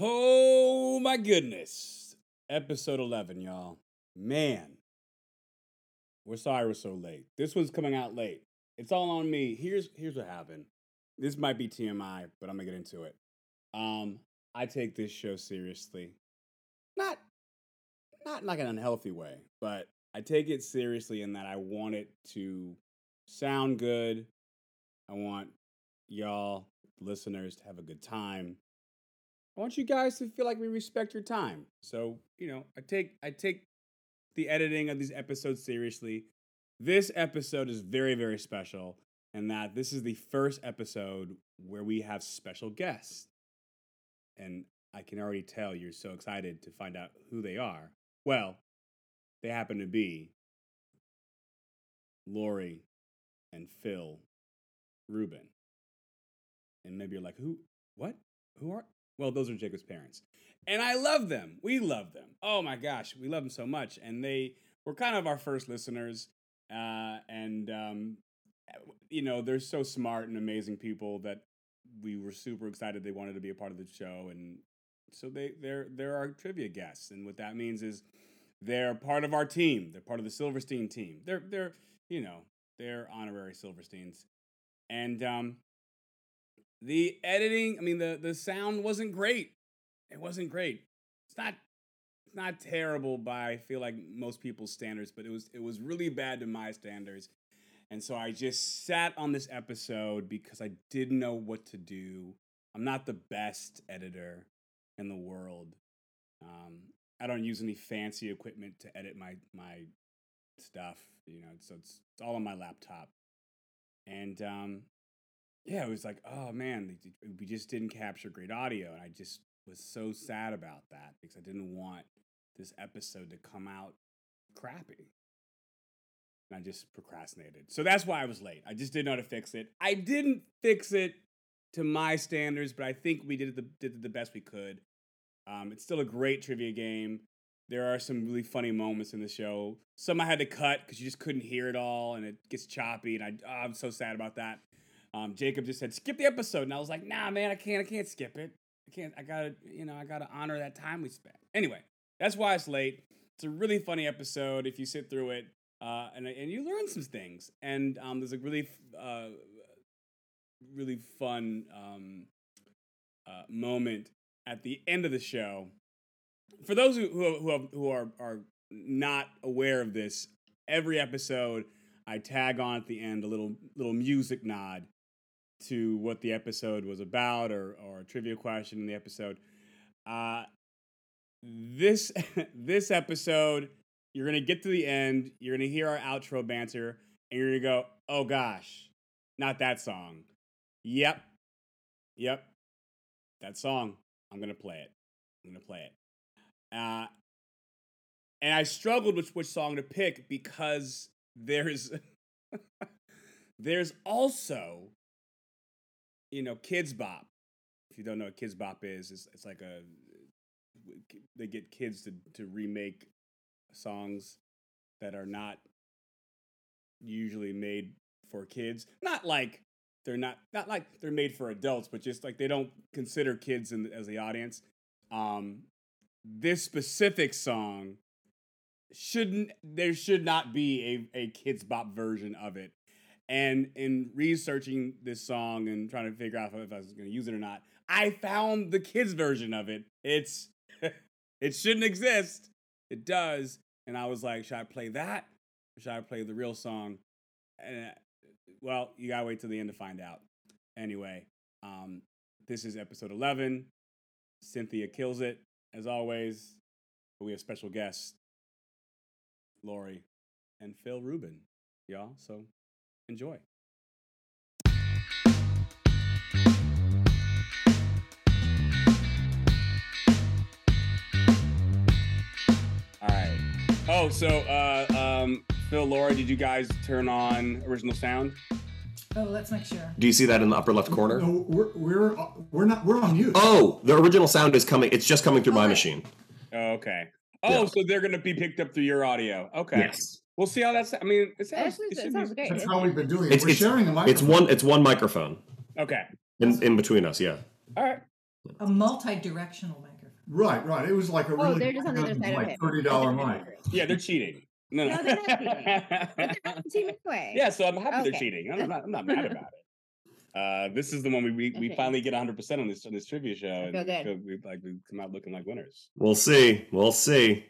Oh my goodness. Episode 11, y'all. Man. We're sorry we're so late. This one's coming out late. It's all on me. Here's here's what happened. This might be TMI, but I'm going to get into it. Um I take this show seriously. Not not like an unhealthy way, but I take it seriously in that I want it to sound good. I want y'all listeners to have a good time. I want you guys to feel like we respect your time. So, you know, I take I take the editing of these episodes seriously. This episode is very very special in that this is the first episode where we have special guests. And I can already tell you're so excited to find out who they are. Well, they happen to be Lori and Phil Rubin. And maybe you're like, "Who? What? Who are well, those are Jacob's parents. And I love them. We love them. Oh my gosh, we love them so much. And they were kind of our first listeners. Uh, and, um, you know, they're so smart and amazing people that we were super excited they wanted to be a part of the show. And so they, they're, they're our trivia guests. And what that means is they're part of our team, they're part of the Silverstein team. They're, they're you know, they're honorary Silversteins. And um, the editing i mean the the sound wasn't great it wasn't great it's not it's not terrible by i feel like most people's standards but it was it was really bad to my standards and so i just sat on this episode because i didn't know what to do i'm not the best editor in the world um, i don't use any fancy equipment to edit my my stuff you know so it's, it's all on my laptop and um, yeah, it was like, oh man, we just didn't capture great audio. And I just was so sad about that because I didn't want this episode to come out crappy. And I just procrastinated. So that's why I was late. I just didn't know how to fix it. I didn't fix it to my standards, but I think we did it the, did it the best we could. Um, it's still a great trivia game. There are some really funny moments in the show. Some I had to cut because you just couldn't hear it all, and it gets choppy. And I, oh, I'm so sad about that. Um, Jacob just said, skip the episode. And I was like, nah, man, I can't, I can't skip it. I can't, I gotta, you know, I gotta honor that time we spent. Anyway, that's why it's late. It's a really funny episode if you sit through it uh, and, and you learn some things. And um, there's a really, uh, really fun um, uh, moment at the end of the show. For those who, who, who, have, who are, are not aware of this, every episode I tag on at the end a little little music nod to what the episode was about or, or a trivia question in the episode. Uh, this this episode, you're gonna get to the end, you're gonna hear our outro banter, and you're gonna go, oh gosh, not that song. Yep, yep, that song. I'm gonna play it. I'm gonna play it. Uh, and I struggled with which song to pick because there's there's also you know, Kids Bop. If you don't know what Kids Bop is, it's, it's like a they get kids to to remake songs that are not usually made for kids. Not like they're not not like they're made for adults, but just like they don't consider kids in, as the audience. Um, this specific song shouldn't there should not be a, a kids bop version of it and in researching this song and trying to figure out if I was going to use it or not, I found the kids version of it. It's it shouldn't exist. It does, and I was like, should I play that? Or should I play the real song? And uh, well, you gotta wait till the end to find out. Anyway, um, this is episode eleven. Cynthia kills it as always, but we have special guests, Lori and Phil Rubin, y'all. So Enjoy. All right. Oh, so uh, um, Phil, Laura, did you guys turn on original sound? Oh, let's make sure. Do you see that in the upper left corner? No, we're we're we're not we're on mute. Oh, the original sound is coming. It's just coming through my Okay. machine. Oh, okay. Oh, Yeah. so they're going to be picked up through your audio. Okay. Yes. We'll see how that's. I mean, it sounds. Actually, it it should sounds be- great. That's how we've been doing it. It's- we're it's- sharing a It's microphone. one. It's one microphone okay. in, in between us. Yeah. All right. A multi-directional microphone. Right, right. It was like a Oh, really they're just on the other good, side of like it. thirty dollar mic. Yeah, they're cheating. No, No, they're not But they're not cheating anyway. Yeah, so I'm happy they're Okay. cheating. I'm not, I'm not mad about it. Uh, this is the one we we, we Okay. finally get 100 percent on this on this trivia show, and feel we, good. feel- we like we come out looking like winners. We'll see. We'll see.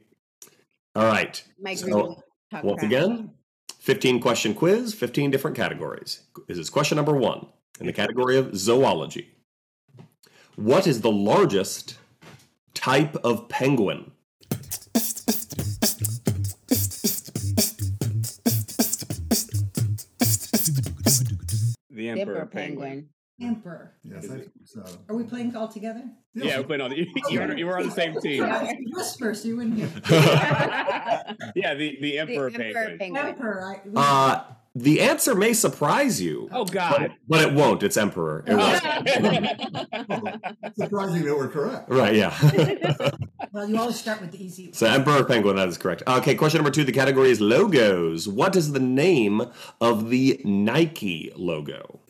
All right. Mike So, Rubin talk Once crap. again, 15 question quiz, 15 different categories. This is question number one in the category of zoology. What is the largest type of penguin? The The emperor, Emperor penguin. penguin. Emperor. Yes, I think so. Are we playing all together? Yeah, we're playing on the, you, you, were, you were on the same team. Yeah, if you whisper, so you wouldn't hear. yeah, the the The emperor, Emperor penguin. penguin. Emperor. I, we- uh, the answer may surprise you, Oh but, God! Oh. but it won't. It's emperor. It was- It's surprising that we're correct. Right, yeah. well, you always start with the easy. so emperor penguin, that is correct. Okay, question number two. The category is logos. What is the name of the Nike logo?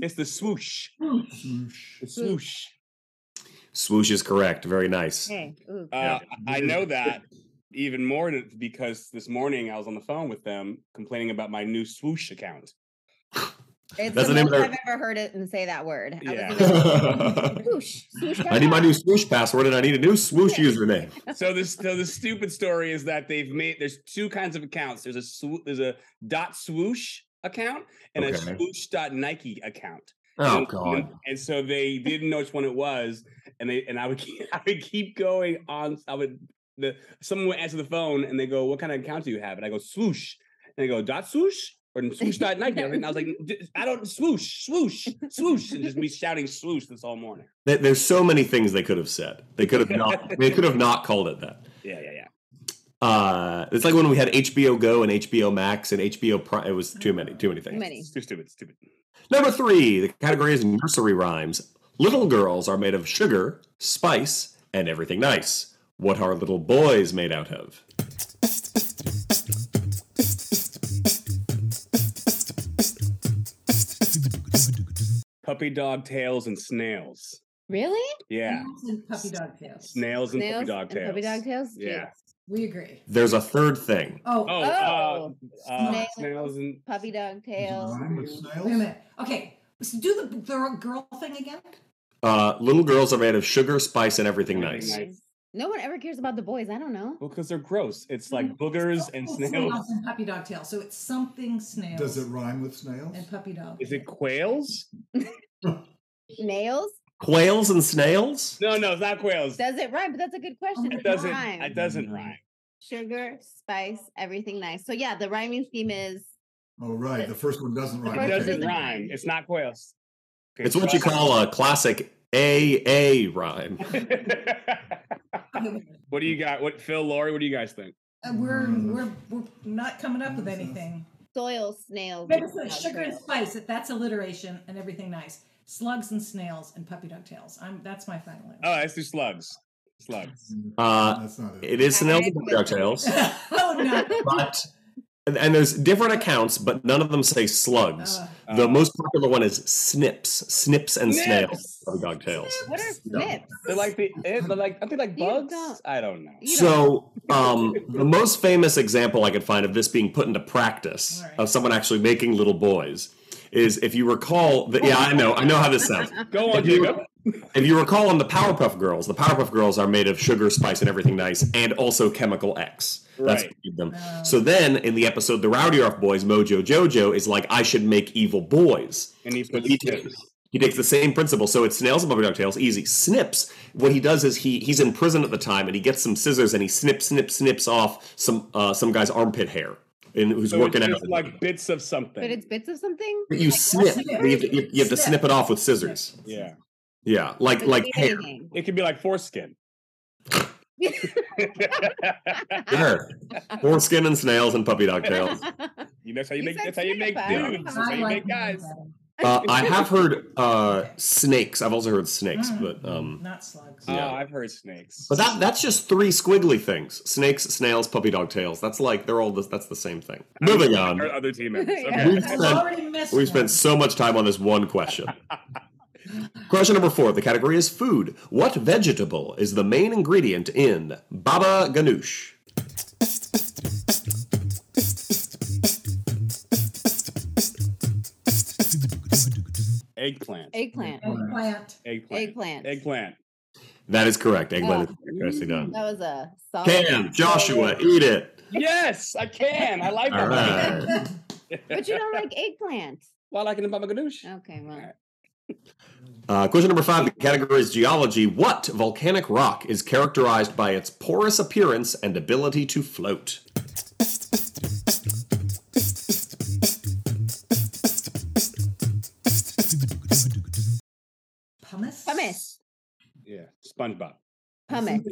it's the swoosh. The swoosh. Swoosh is correct. Very nice. Okay. Ooh. Uh, I I know that even more to- because this morning I was on the phone with them complaining about my new swoosh account. It's That's the the name of most their- I've ever heard it and say that word. I was Yeah. like, I swoosh, swoosh. need my new swoosh password and I need a new swoosh username. so this so the stupid story is that they've made there's two kinds of accounts. There's a swo- there's a dot swoosh account and a Okay. swoosh dot Nike account. Oh and, god. And so they didn't know which one it was, and they and I would keep, I would keep going on. I would the someone would answer the phone and they go, "What kind of account do you have?" And I go, "Swoosh," and they go, "Dot swoosh." Or swoosh dot Nike, and I was like, "D- I don't swoosh, swoosh, swoosh, and just me shouting swoosh this all morning. There- There's so many things they could have said. They could have not they could have not called it that. Yeah, yeah, yeah. Uh, it's like when we had HBO Go and HBO Max and HBO Prime. It was too many, too many things. Many. It's too stupid, stupid. Number three, the category is nursery rhymes. Little girls are made of sugar, spice, and everything nice. What are little boys made out of? Puppy dog tails and snails. Really? Yeah, Snails and puppy dog tails. snails and puppy Nails dog Mm-hmm. and tails. Puppy dog tails. Yeah. Jeez. We agree. There's a third thing. Oh, Oh, Oh, uh, uh, snails. snails and Puppy dog tails. Rhyme with wait a snails? minute. Okay, so do the girl, girl thing again. Uh, little girls are made of sugar, spice, and everything Everything nice. nice. Jeez. No one ever cares about the boys. I don't know. well, because they're gross. It's like Mm-hmm. boogers and Oh, snails. and puppy dog tails. So it's something snails Does it rhyme with snails? and puppy dog. Is it quails? Nails? Quails and snails? No, no, it's not quails. Does it rhyme? But that's a good Oh question. It It Does doesn't. rhyme? It doesn't rhyme. Sugar, spice, everything nice. So yeah, the rhyming scheme is Oh, right. The first one doesn't The It rhyme. first doesn't doesn't Okay. rhyme. It's not quails. Okay, It's what you so- call a classic AA rhyme. Okay, wait a minute. what do you got? What Phil, Laurie? What do you guys think? Uh, we're Mm. we're we're not coming up with Nonsense. anything. soil, snails. Remember, and so dog sugar and tails. spice. that- That's alliteration and everything nice. Slugs and snails and puppy dog tails. I'm that's my final. Oh, let's do slugs. Slugs. Uh, That's not it. It is snails and puppy dog tails, answer. oh no. but and- and there's different accounts, but none of them say slugs. Uh, the Uh, most popular one is snips, snips and snails, Snips! puppy dog tails. What are No. snips? They're like the. eh, They're like. I think like You bugs. don't- I don't know. You don't- So, um, the most famous example I could find of this being put into practice Right. of someone actually making little boys is if you recall, the, yeah, I know, I know how this sounds. Go on, If you- Jacob. If you recall on the Powerpuff Girls, the Powerpuff Girls are made of sugar, spice, and everything nice, and also Chemical X. That's Right. what made them. No. So then in the episode The Rowdy Off Boys, Mojo Jojo is like, I should make evil boys. And he puts he snips. He takes the same principle. So it's snails and puppy dog tails, easy. Snips. What he does is he he's in prison at the time and he gets some scissors and he snips, snips, snips off some uh, some guy's armpit hair and who's So it's working out. just like bits of something. but it's bits of something. But you snip. You have, to, you- you have to snip it off with scissors. yeah. Yeah. Like Could like be hair. anything. It could be like foreskin. Sure. Foreskin and snails and puppy dog tails. You know, that's how you He make. said That's how you make snip, I don't dudes. know. That's how I you like make guys. that. Uh, I have heard uh, snakes. I've also heard snakes, but um, Not slugs. Yeah. Oh, I've heard snakes. but that that's just three squiggly things: snakes, snails, puppy dog tails. That's like they're all the, that's the same thing. I mean, Moving on. our Other team members. Yeah. Okay. I've We've spent- already missed We've one. spent so much time on this one question. question number four. The category is food. What vegetable is the main ingredient in baba ganoush? Eggplant. Eggplant. Eggplant. Eggplant. Eggplant. Eggplant. That is correct. Eggplant. Oh. is Nicely done. That was a solid. Cam, Joshua, eat it. Yes, I can. I like All them. right. But you don't like eggplant. Well, I like an Baba Ganoush. Okay, well. Uh, question number five. The category is geology. What volcanic rock is characterized by its porous appearance and ability to float? Pumice. Pumice. Yeah. SpongeBob. Pumice.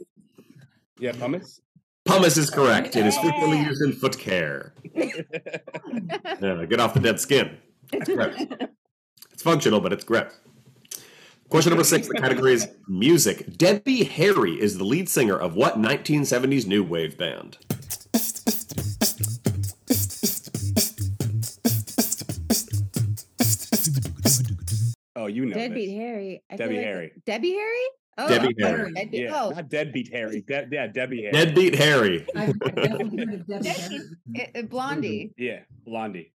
Yeah, pumice. Pumice is correct. It is Yeah. frequently used in foot care. Yeah, get off the dead skin. It's gross. It's functional, but it's gross. Question number six. The category is music. Debbie Harry is the lead singer of what 1970s new wave band? Oh, you know. Deadbeat Deadbeat. Harry. I feel Debbie like- Harry. Debbie Harry? Oh, Debbie oh, Harry. Deadbeat- Yeah, Oh, not Deadbeat Harry. De- yeah, Debbie Harry. Deadbeat Harry. I've definitely heard of Debbie. Debbie. Harry. it- it- Blondie. yeah, Blondie.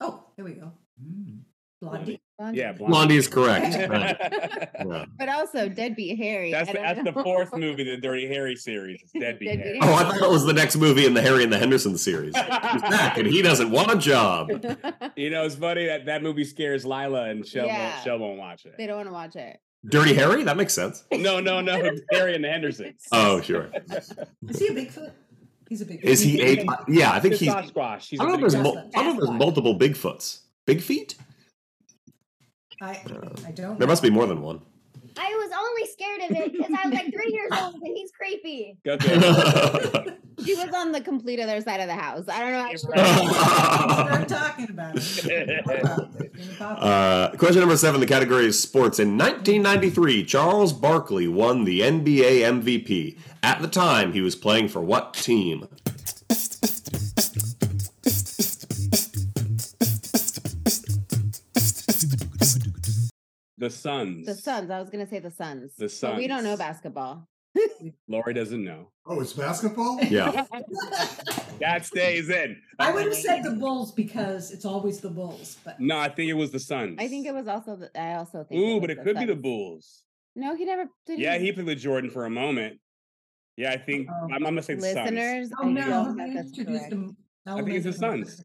Oh, there we go. Hmm. Blondie. Blondie. Yeah, Blondie is correct. Uh, that's yeah. But also Deadbeat Harry. I the, don't that's the know. fourth movie in the Dirty Harry series. It's Deadbeat, Deadbeat Harry. Harry. Oh, I thought it was the next movie in the Harry and the Henderson series. He's back and he doesn't want a job. You know, it's funny that that movie scares Lila and Shell, Yeah. won't, Shell won't watch They it. don't want to watch it. Dirty Harry? That makes sense. No, no, no. Harry and the Hendersons. Oh, sure. Is he a Bigfoot? He's a Bigfoot. Is he a. Yeah, I think It's he's. a Squash. He's I a don't know big if guy. there's, mul- I don't know if there's multiple Bigfoots. Big feet? I, Uh, I don't. There must be more than one. I was only scared of it because I was like three years old and he's creepy. Go through it. All She was on the complete other side of the house. I don't know. Actually. Start talking about it. Uh, question number seven. The category is sports. In 1993, Charles Barkley won the NBA MVP. At the time, he was playing for what team? The Suns. The Suns. I was gonna say the Suns. The But we don't know Suns. basketball. Lori doesn't know. Oh, it's basketball? Yeah, That stays in. I would have said the Bulls because it's always the Bulls, but No, I think it was the Suns. I think it was also. The, I also think. Ooh, but was it could be the Suns. Bulls. No, he never. Did Yeah, he played with Jordan for a moment. Yeah, I think Uh-oh. I'm, I'm gonna say the Suns. Listeners, oh I no, don't know they if that's introduced correct. them. I think it's the Suns.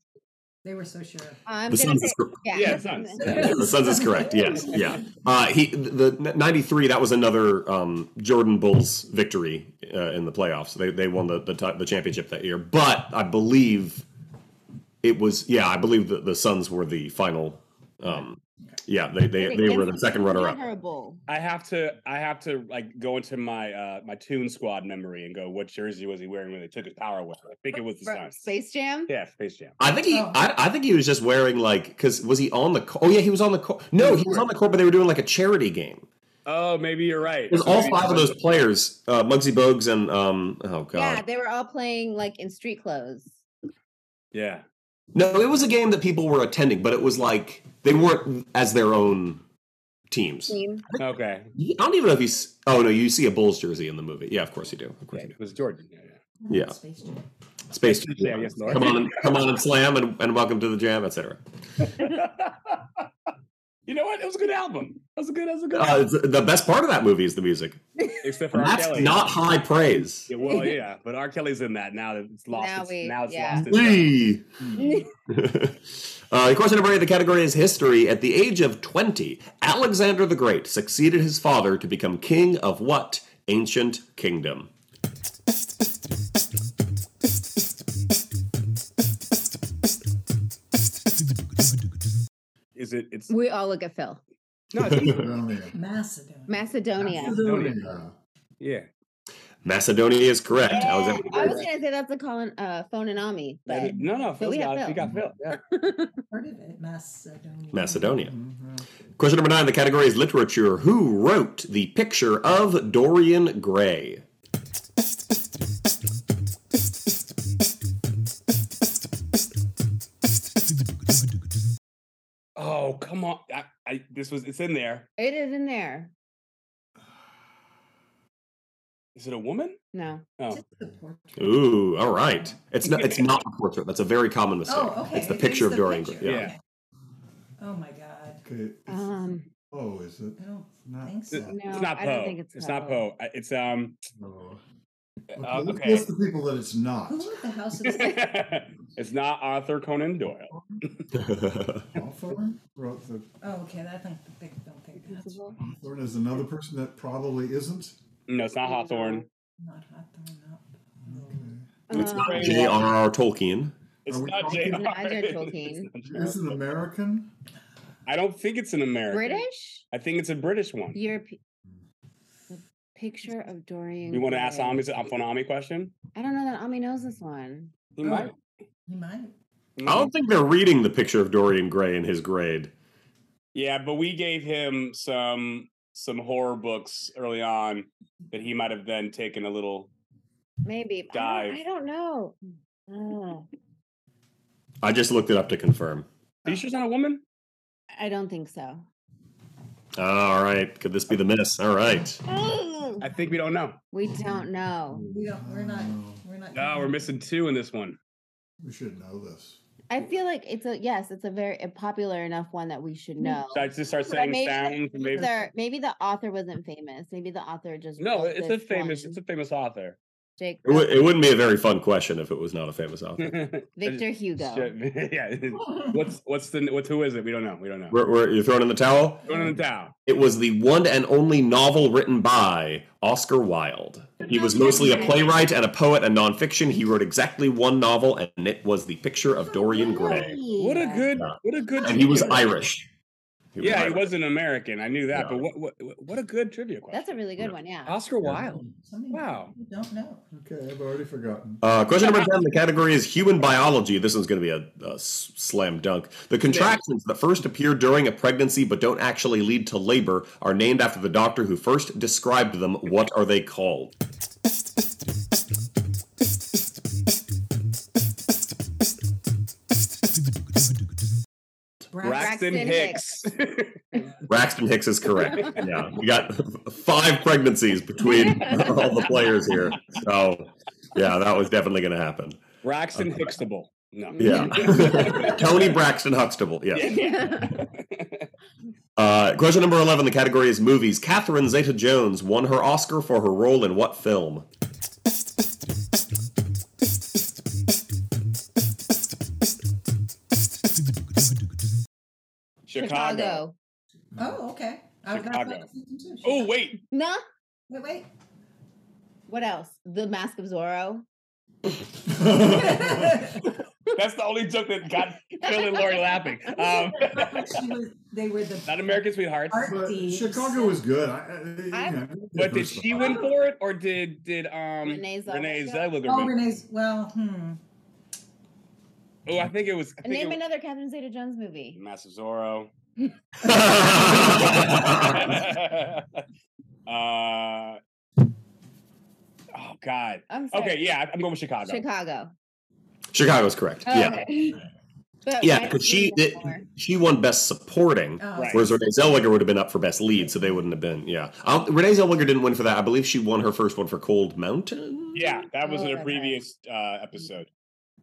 They were so sure. I'm the gonna Suns say, is cor- yeah. Yeah, Suns. yeah, the Suns is correct. Yes, yeah. Uh, he the the '93 that was another um, Jordan Bulls victory uh, in the playoffs. They they won the the, ti- the championship that year, but I believe it was yeah. I believe the, the Suns were the final. Um, yeah, they they, they were the second runner up. Terrible. I have to I have to like go into my uh my Toon Squad memory and go, what jersey was he wearing when they took his power away? I think it was the From Suns. Space Jam. Yeah, Space Jam. I think he. Oh. I, I think he was just wearing like because was he on the? Co- oh yeah, he was on the court. No, he was on the court, but they were doing like a charity game. Oh, maybe you're right. It was all Maybe five of Suns. those players: uh, Muggsy Bogues and um. Oh Yeah, god. they were all playing like in street clothes. Yeah. No, it was a game that people were attending, but it was like they weren't as their own teams. I Team. Okay. don't even know if you. s- Oh no, you see a Bulls jersey in the movie. Yeah, of course you do. Of course Yeah, you it was Jordan. Yeah, yeah. Yeah. Space Jam. do. Space Jam. Yeah, yes, Laura. Come on, and, come on, and slam, and, and welcome to the jam, etc. you know what? It was a good album. That was a good. That was a good. Uh, album. it's- the best part of that movie is the music. Except for R. That's Kelly. not high praise. Yeah, well, yeah, but R. Kelly's in that now. That it's lost. Now its, we- now it's yeah. lost. Its, Wee. uh, question number eight of the category is history. At the age of 20, Alexander the Great succeeded his father to become king of what ancient kingdom? is it? It's We all look at Phil. no. It's, Macedonia. Macedonia. Macedonia. Macedonia. yeah. Macedonia is correct. Yeah, Alexander. I was gonna say that's a Colin uh phone and Ami, but no, no, Phil's we got have it. We Phil. got Phil. Yeah. Heard of it? Macedonia. Macedonia. Mhm. Question number nine. The category is literature. Who wrote the picture of Dorian Gray? Oh, come on. I, I this was it's in there. it is in there. Is it a woman? No. No. Just the portrait. Ooh, all right. It's not. It's not a portrait. That's a very common mistake. Oh, okay. It's the it picture is of Dorian picture. Gray. Yeah. Yeah. Oh my god. Okay. is- Um oh, is it? I don't Not think so. Th- No, it's not I Poe. don't think it's, it's not Poe. Poe. I- It's um. No. Okay, uh, let's okay. list the people that it's not. Who wrote the House of Saints? it's not Arthur Conan Doyle. Hawthorne wrote the. Oh, okay. That thing, the big, don't think that's Hawthorne is another person that probably isn't. No, it's not No. Hawthorne. not Hawthorne. No. Okay. it's not Oh. Um, J.R.R. Tolkien. It's Are we not talking- J.R. It's not J.R. It's Tolkien. not J.R. Is it American? I don't think it's an American. British? I think it's a British one. Europe the picture of Dorian. You want to ask Gray. Ami a Ami question? I don't know that Ami knows this one. He Oh. might. You might. He I might. Oh. don't think they're reading the picture of Dorian Gray in his grade. Yeah, but we gave him some some horror books early on that he might have then taken a little. Maybe. but I don't, Dive. I don't know. Oh, I just looked it up to confirm. Are you sure it's not a woman? I don't think so. All right. Could this be the miss? All right. Ugh. I think we don't know. We Oh, don't know. We don't. We're not. No. We're not. No, we're missing two in this one. We should know this. I feel like it's a yes, it's a very a popular enough one that we should know. So I just start But saying maybe the sound. Maybe. Author, maybe the author wasn't famous. Maybe the author just No, wrote it's a this famous. one. It's a famous author. Jake uh, It, w- it wouldn't be a very fun question if it was not a famous author. Victor Hugo. Shit, yeah. What's what's the what's who is it? We don't know. We don't know. We're, we're, you're throwing in the towel. Going in the town. It was the one and only novel written by Oscar Wilde. He was mostly a playwright and a poet and nonfiction. He wrote exactly one novel, and it was The Picture of Dorian Gray. What a good Yeah. what a good. And he was trivia. Irish. Yeah, he Irish. was an American. I knew that. Yeah. But what what what- what a good trivia question. That's a really good one, yeah. Oscar Wilde. Something Wow. You don't know. Okay, I've already forgotten. Uh, question number 10, the category is human biology. This one's going to be a, a s- slam dunk. The contractions that first appear during a pregnancy but don't actually lead to labor are named after the doctor who first described them. What are they called? Braxton, Braxton Hicks. Braxton Hicks is correct. Yeah, we got five pregnancies between all the players here. So, yeah, that was definitely going to happen. Braxton Hickstable. No. Yeah. Tony Braxton Huxtable. Yes. Uh, question number 11, the category is movies. Catherine Zeta Jones won her Oscar for her role in what film? Chicago. Oh, okay. I've got Chicago. that season too. Oh Chicago. wait, No. Wait, wait. What else? The Mask of Zorro. that's the only joke that got Phil and Lori laughing. Um, She was, they were the not American Sweethearts. art But thieves. Chicago was good. I, I, you I- know, But did she win for it, or did did um Renee Renee Zellweger? Zellweger? Oh, win? Renee's. Well, hmm. Oh, I think it Mm. was. I Name think it, another Catherine Zeta Jones movie. Massive Zorro. That's uh, oh God. I'm sorry. Okay, yeah, I'm going with Chicago. Chicago. Chicago's correct. Oh, yeah. okay. But Yeah, why because did she win did, more? she won best supporting, Oh, Right. whereas Renee Zellweger would have been up for best lead, so they wouldn't have been. Yeah, I'll, Renee Zellweger didn't win for that. I believe she won her first one for Cold Mountain. Yeah, that was Oh, in a okay. previous uh, episode.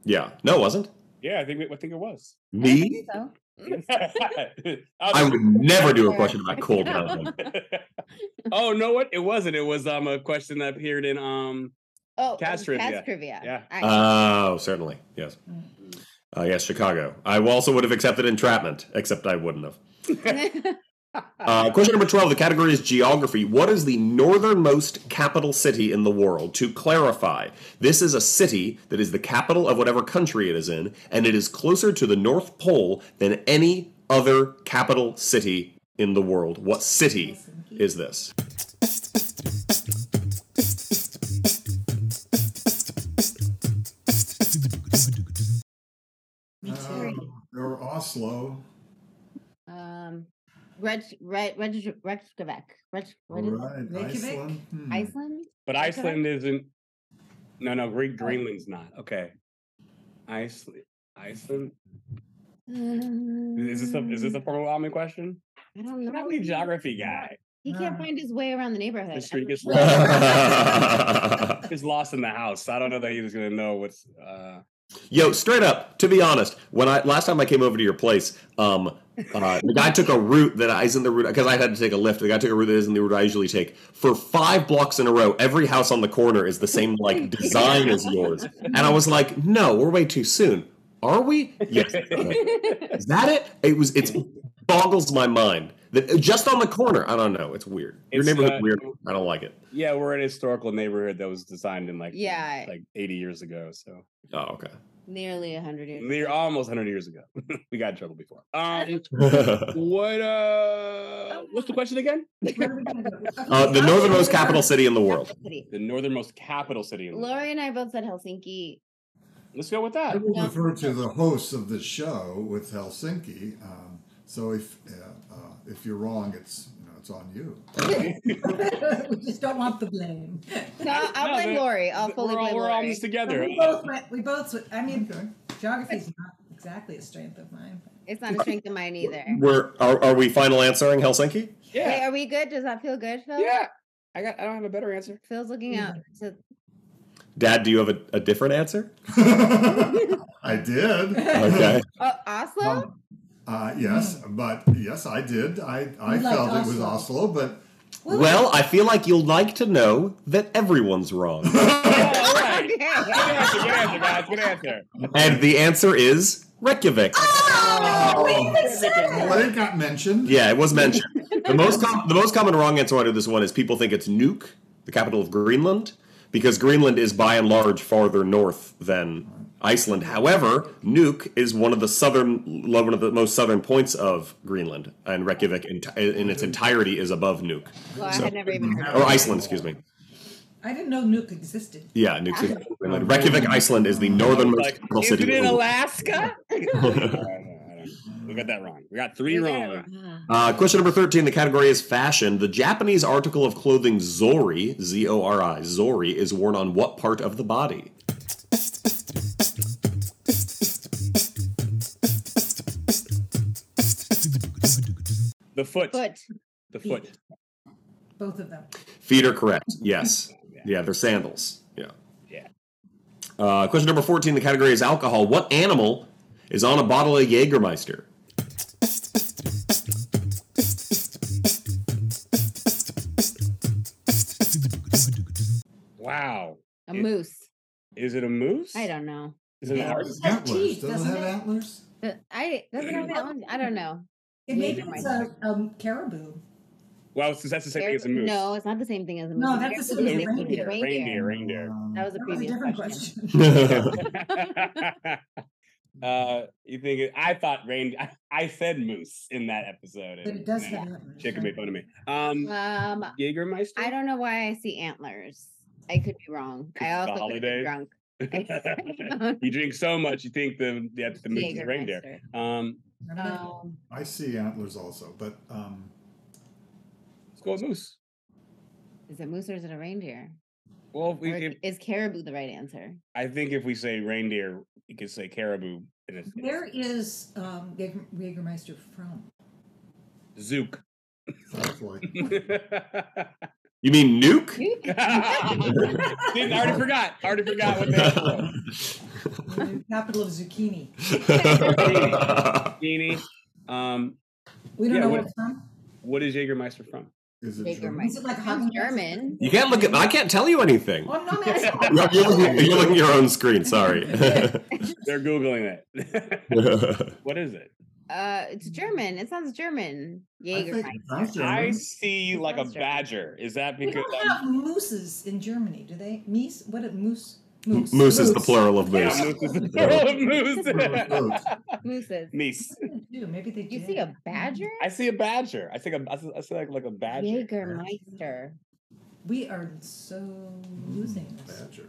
yeah. No, it wasn't Yeah, I think it- I think it was. Uh, me. So Oh, I I would never do a question about Cold Mountain. oh no, what it wasn't. It was um a question that appeared in um. oh, Cats Cats trivia. trivia. Cats trivia. Yeah. I- Oh, certainly yes. Uh, yes, Chicago. I also would have accepted entrapment, except I wouldn't have. Uh, question number 12. The category is geography. What is the northernmost capital city in the world? To clarify, this is a city that is the capital of whatever country it is in, and it is closer to the North Pole than any other capital city in the world. What city is this? Oh. Um, or Oslo, Um, Reg, Reg, Reg, Reykjavik. Reg, all what is it? right, Reykjavik? Iceland. Hmm. Iceland? But Okay. Oh. Iceland isn't. No, no, Green, Greenland's not. Okay. Iceland. Iceland. Is this a is this a Um, programming question? I don't know. I'm not a He- geography guy. He can't Ah. find his way around the neighborhood. The street is He's lost in the house. I don't know that he was gonna know what's. Uh, Yo, straight up, to be honest, when I last time I came over to your place, um, uh, the guy took a route that isn't the route because I had to take a lift. The guy took a route that isn't the route I usually take. For five blocks in a row, every house on the corner is the same like design as yours, and I was like, no, we're way too soon. Are we? Yes. uh, is that it? It was. It's boggles my mind that just on the corner. I don't know. It's weird. Your It's, neighborhood's uh, weird. I don't like it. yeah, we're in a historical neighborhood that was designed in like Yeah. like 80 years ago. So Oh, Nearly a hundred years. they're almost 100 years ago. we got in trouble before. Um, okay. what uh? Oh, What's the question again? Where are we gonna go? Uh, the northernmost capital city in the world. City. The northernmost capital city. In the world. Lori and I both said Helsinki. Let's go with I that. will refer to the hosts of the show with Helsinki. Um, so if uh, uh, if you're wrong, it's you know it's on you. we just don't want the blame. No, I'll No, blame they're- Lori. I'll Oh, fully we're all, blame we're all in Lori. this together. we both went, we both went- I mean Okay. geography's not exactly a strength of mine. It's not a strength of mine either. We're are, are we final answering Helsinki? Wait, Yeah, are we good? Does that feel good, Phil? yeah. I got. I don't have a better answer. Mm. Phil's looking out. So Dad, do you have a, a different answer? I did. Okay. oh, Oslo? Um, uh, yes, but yes, I did. I, Hmm. I You liked felt it was Oslo. Oslo, but well, I feel like you'll like to know that everyone's wrong, Yeah, all right. Good Okay. answer. Good answer, guys. Good answer. and the answer is Reykjavik. uh, well, it got mentioned. Yeah, it was mentioned. The most com- the most common wrong answer under this one is people think it's Nuuk, the capital of Greenland, because Greenland is by and large farther north than Iceland. However, Nuuk is one of the southern lo- one of the most southern points of Greenland, and Reykjavik in, in its entirety is above Nuuk Well, I had never even heard of or Iceland, excuse me. I didn't know nuke existed. Yeah, Nuuk is Greenland. Reykjavik, Iceland is the northernmost Oh, Like, capital is city. it in in the world. Alaska? I don't know, I don't know. we got that wrong. We got three it. wrong. Uh, question number 13, the category is fashion. The Japanese article of clothing zori, Z O R I, zori, is worn on what part of the body? The foot. Foot. The foot. Both of them. Feet are correct, yes. Yeah, they're sandals. Yeah. Yeah. Uh, question number 14, the category is alcohol. What animal is on a bottle of Jägermeister? Wow. A It- moose. Is it a moose? I don't know. Is it an Yeah. arch? It has Antlers. teeth, does doesn't it have it? antlers? The- I doesn't have that one. I don't know. It maybe Neither it's might a um, caribou. Well, it's, that's the same thing as a moose. No, it's not the same thing as a moose. No, that's the same Caribou as is reindeer. a Reindeer. Reindeer. Um, That was a That was a previous different question. question. Mm. uh, you think it, I thought rain? I, I said moose in that episode. but and- it does and have antlers. Jacob made right? fun of me. Um, Um, Jägermeister. I don't know why I see antlers. I could be wrong. I It's the also could have holidays. been drunk. I- you drink so much, you think the the, the moose is a reindeer. Jägermeister. Um, Remember that? Um, I see antlers also, but um, let's go with moose. is it moose or is it a reindeer? Well, if we, Or if, is caribou the right answer? I think if we say reindeer, you could say caribou. And it's, Where is um, Jäger- Jägermeister from? Zook. sounds like Didn't You mean nuke? I already forgot. I already forgot what that was. The capital of zucchini. Jeannie, um, We don't Yeah, know what- where it's from. what is Jägermeister from? is it Bigger German? Is mice. it like I'm Haagen-Dazs? German. you can't look at, I can't tell you anything. Oh, no, I'm asking. You're, you're looking, you're looking at your own screen, sorry. They're googling it. what is it? Uh, it's German. It sounds German. I think it sounds Jägermeister. German. I see like a Monster. badger. Is that We because don't have mooses in Germany, do they? Meese? What a moose? moose, is the plural of Yeah, moose. moose is the plural of moose? Goat. Mooses. Meese. Maybe they do. Maybe they You did. see a badger? I see a badger. I think a, I see, I see like like a badger. Jägermeister. Mm, We are so losing this. Badger.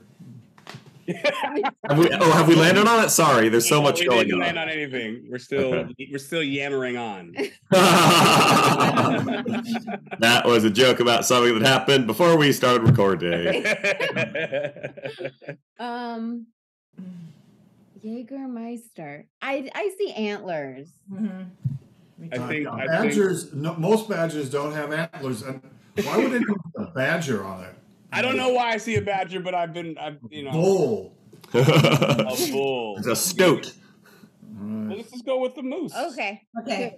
Have we, oh, have we landed on it? Sorry, there's so No, much we going didn't on. land on anything. We're still we're still yammering on. that was a joke about something that happened before we started recording. Um, Jägermeister. I I see antlers. Mm-hmm. I think- I think- badgers. No, most badgers don't have antlers. And why would anyone put a badger on it? I don't know why I see a badger, but I've been I've you know Bull. a it's bull. a stoat. Well, Alright. let's just go with the moose. Okay. Okay.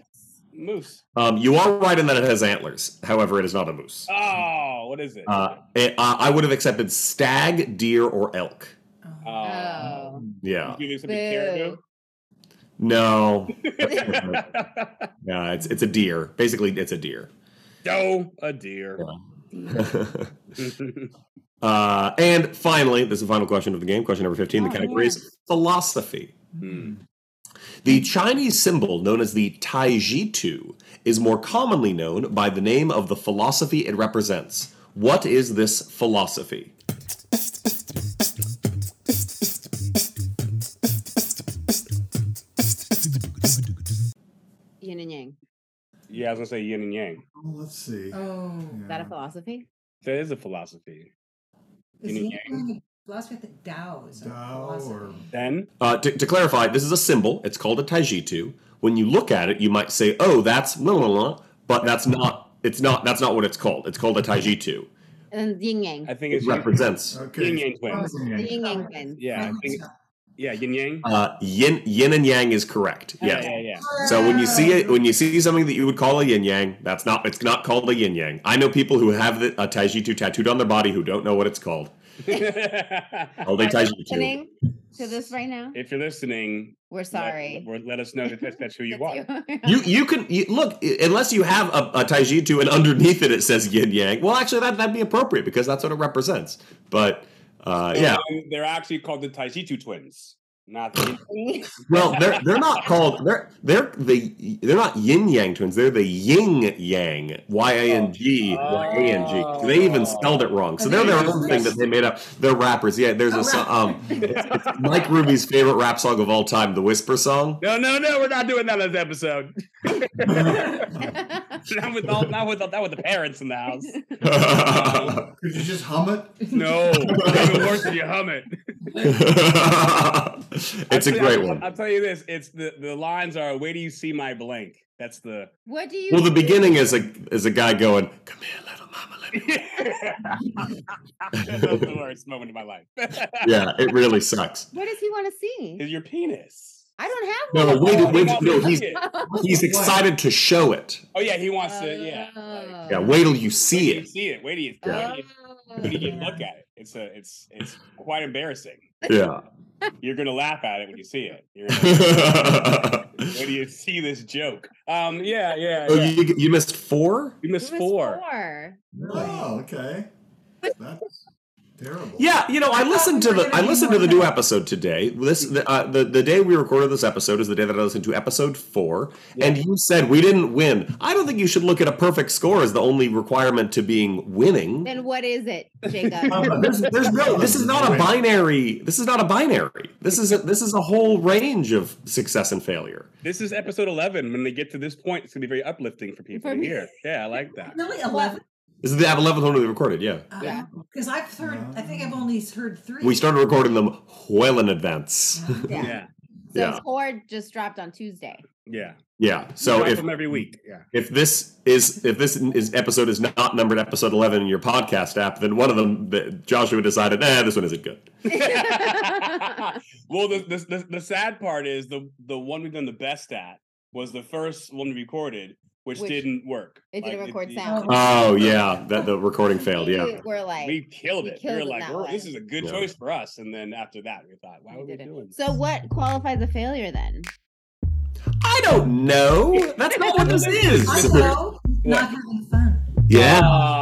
moose. Um, you are right in that it has antlers. However, it is not a moose. Oh, what is it? Uh, it, uh, I would have accepted stag, deer, or elk. Oh. oh, Oh. Yeah. do this Boo. to be caribou. No. Yeah, it's it's a deer. Basically, it's a deer. Doe, a deer. uh, and finally, this is the final question of the game. Question number fifteen. Oh, the category man. is philosophy. Hmm. The Chinese symbol known as the Taijitu is more commonly known by the name of the philosophy it represents. What is this philosophy? Yin and yang. Yeah, I was gonna say yin and yang. Well, let's see. Oh. Yeah. Is that a philosophy? That is a philosophy. Is Yin and he philosophy of the Tao? Is a Tao philosophy. or- Then Uh, to, to clarify, this is a symbol. It's called a Taijitu. When you look at it, you might say, "Oh, that's la la la," but that's not. It's not. That's not what it's called. It's called a Taijitu. And yin yang. I think It it's represents Okay. yin yang twins. The Fine. yin yang twins. Yeah, I think yeah, yin yang. uh, yin. Yin and yang is correct. Yeah, Yes. yeah, yeah. So when you see it, when you see something that you would call a yin yang, that's not. It's not called a yin yang. I know people who have the, a Taijitu tattooed on their body who don't know what it's called. Oh, they Are you Taijitu. listening to this right now? if you're listening, We're let- sorry. we're- Let, us know that that's, that's who you That's are. Um, You you can you, look i- unless you have a, a Taijitu and underneath it it says yin yang. Well, actually that that'd be appropriate because that's what it represents. But uh, yeah, And they're actually called the Taijitu twins, not the well they're they're not called they're they're the they're not yin yang twins. They're the yin yang y a n g y a n g. They even spelled it wrong, so they're their own thing that they made up. They're rappers. Yeah, there's a so- um, it's, it's Mike Ruby's favorite rap song of all time, the Whisper song. No, no, no, we're not doing that on this episode. not with all, not with not with the parents in the house. Could you just hum it? No, it's even worse than you hum it. it's a I'll- great I'll- one. I'll tell you this: it's the the lines are "Where do you see my blank?" That's the. what do you Well, the beginning is a is a guy going, "Come here, little mama." Let me-" that was the worst moment of my life. Yeah, it really sucks. what does he want to see? Is your penis? I don't have No, one. wait, Oh, he wait, wants no, to he's see it. he's excited to show it. Oh yeah, he wants to. Yeah. like, Yeah, wait till you see wait till you it. See it. Wait till you, Oh. wait till you, wait till you look at it. It's a. It's it's quite embarrassing. Yeah. You're gonna laugh at it when you see it. You're gonna- Where do oh, you see this joke? Um, yeah, yeah. yeah. you, you missed four? we It missed was four. four. Oh, okay. That's terrible. Yeah, you know, I listened to the I listened to the new episode today. This the, uh, the the day we recorded this episode is the day that I listened to episode four, and you said we didn't win. I don't think you should look at a perfect score as the only requirement to being winning. Then what is it, Jacob? there's, there's no this is not a binary this is not a binary this is a, this is a whole range of success and failure This is episode eleven. When they get to this point, it's gonna be very uplifting for people For to me. hear. Yeah, I like that. Really, eleven? this is the 11th one we recorded yeah Yeah. Because I've heard, I think I've only heard three. Uh, we started recording them well in advance yeah. Yeah, So yeah. four just dropped on Tuesday. yeah. yeah so Drop if them every week. Yeah. if this is if this is episode is not numbered episode 11 in your podcast app then one of them that joshua decided nah this one isn't good well, the, the the the sad part is the the one we've done the best at was the first one we recorded, which, Which- didn't work. it didn't record it- sound. oh yeah that the recording failed yeah We We're like, We killed We it. killed we were it like, that "Well, this way." is a good Yeah. choice for us. And then after that, we thought, why we were we did it. doing this? So what qualifies a failure then? i don't know that's not what this is I know, What? not having fun. yeah